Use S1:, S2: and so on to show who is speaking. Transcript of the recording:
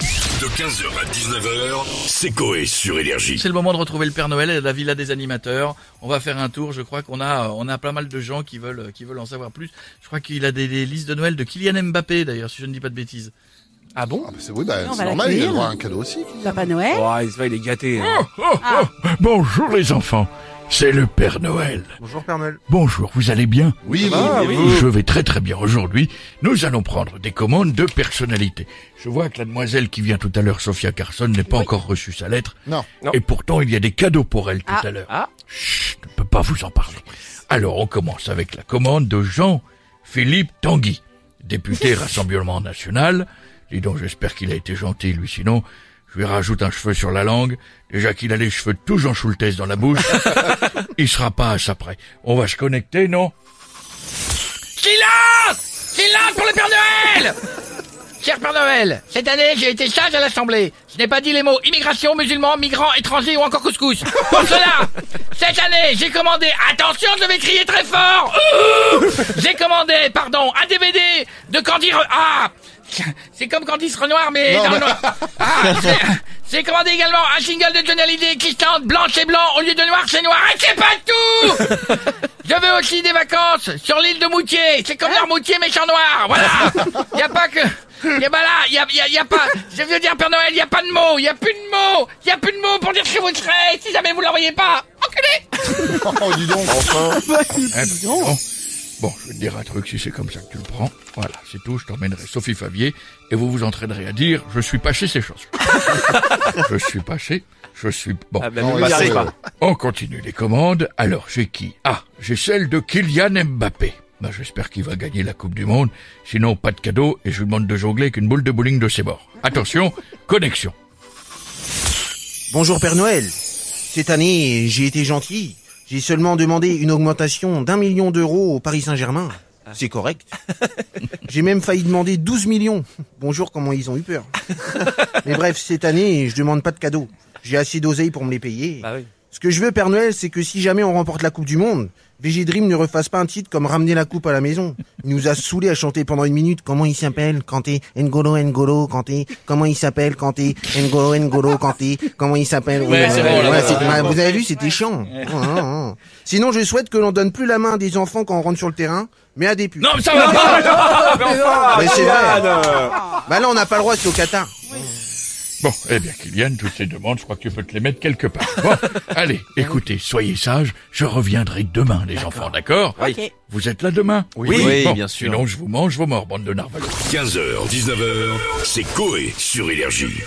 S1: De 15h à 19h, c'est Coé sur Énergie.
S2: C'est le moment de retrouver le Père Noël à la Villa des Animateurs. On va faire un tour. Je crois qu'on a, on a pas mal de gens qui veulent, qui veulent en savoir plus. Je crois qu'il a des, des listes de Noël de Kylian Mbappé, d'ailleurs, si je ne dis pas de bêtises.
S3: Ah bon
S4: Ah bah c'est oui, bah,
S5: Non, on
S4: c'est
S5: va
S4: normal, il a
S5: l'accueillir.
S4: le droit à un cadeau aussi.
S5: Papa Noël
S3: Oh, il se va, il est gâté. hein.
S1: Bonjour les enfants, c'est le Père Noël.
S3: Bonjour Père Noël.
S1: Bonjour, vous allez bien
S4: Oui,
S3: Ah, oui.
S1: Je vais très très bien aujourd'hui. Nous allons prendre des commandes de personnalité. Je vois que la demoiselle qui vient tout à l'heure, Sophia Carson, n'est pas encore reçu sa lettre.
S4: Non.
S3: Non.
S1: Et pourtant, il y a des cadeaux pour elle tout
S5: Ah.
S1: à l'heure.
S3: Ah.
S1: Chut, je ne peux pas vous en parler. Alors, on commence avec la commande de Jean-Philippe Tanguy, député Rassemblement National. Dis donc, j'espère qu'il a été gentil, lui, sinon... Je lui rajoute un cheveu sur la langue. Déjà qu'il a les cheveux de tout Jean Schultes dans la bouche. il sera pas à ça près. On va se connecter, non?
S6: Qui lance Qui lance pour le Père Noël Cher Père Noël, cette année j'ai été sage à l'Assemblée. Je n'ai pas dit les mots immigration, musulmans, migrants, étrangers ou encore couscous. Pour cela, cette année j'ai commandé, attention je vais crier très fort, j'ai commandé, pardon, un DVD de Candy Re... Ah C'est comme Candice Renoir mais dans le noir. Ah, c'est- J'ai commandé également un single de Johnny Hallyday qui chante blanc c'est blanc au lieu de noir c'est noir. Et c'est pas tout Je veux aussi des vacances sur l'île de Moutier. C'est
S1: Hein
S6: comme leur Moutier, mais sans noir. Voilà. Y a pas que. Y a pas là. Y a, y a- y a pas. Je veux dire, Père Noël, y a pas de mots. Y a plus de mots. Y a plus de mots pour dire ce que vous serez si jamais vous l'envoyez pas. Enculé!
S4: Oh, dis donc.
S1: Eh ben, bon. Bon, je vais te dire un truc si c'est comme ça que tu le prends. Voilà, c'est tout, je t'emmènerai Sophie Favier et vous vous entraînerez à dire je suis pas chez ces choses. je suis pas chez, je suis bon.
S3: Ah, bah,
S4: Non,
S3: nous,
S4: bah,
S3: il y arrive
S4: c'est-
S3: pas.
S1: On continue les commandes. Alors, j'ai qui Ah, j'ai celle de Kylian Mbappé. Bah, j'espère qu'il va gagner la Coupe du Monde. Sinon, pas de cadeau et je lui demande de jongler avec une boule de bowling de ses bords. Attention, connexion.
S7: Bonjour Père Noël. Cette année, j'ai été gentil. J'ai seulement demandé une augmentation d'un million d'euros au Paris Saint-Germain. C'est correct. J'ai même failli demander 12 millions. Bonjour, comment ils ont eu peur. Mais bref, cette année, je demande pas de cadeaux. J'ai assez d'oseille pour me les payer.
S3: Bah oui.
S7: Ce que je veux, Père Noël, c'est que si jamais on remporte la Coupe du Monde, VG Dream ne refasse pas un titre comme Ramener la Coupe à la maison. Il nous a saoulés à chanter pendant une minute comment il s'appelle, Kanté, N'Golo, N'Golo, Kanté, comment il s'appelle, Kanté, N'Golo, N'Golo, Kanté, comment il s'appelle. Oui,
S2: c'est
S7: ouais,
S2: bon, là,
S7: ouais,
S2: bah,
S7: c'est-
S2: bah,
S7: bah, vous avez vu, c'était chiant. Oh, oh, oh. Sinon, je souhaite que l'on donne plus la main à des enfants quand on rentre sur le terrain, mais à des putes.
S2: Non, mais ça va pas.
S7: Mais c'est vrai.
S3: Yann.
S7: Bah là, on n'a pas le droit, c'est au Qatar.
S1: Bon, eh bien, Kylian, toutes ces demandes, je crois que tu peux te les mettre quelque part. Bon, allez, écoutez, soyez sages, je reviendrai demain, les enfants, d'accord
S5: Ok.
S1: Vous êtes là demain Oui,
S3: Oui,
S1: Bon,
S3: bien sûr.
S1: Sinon, je vous mange vos morts, bande de narvals.
S8: 15h, 19h, c'est Coé sur Énergie.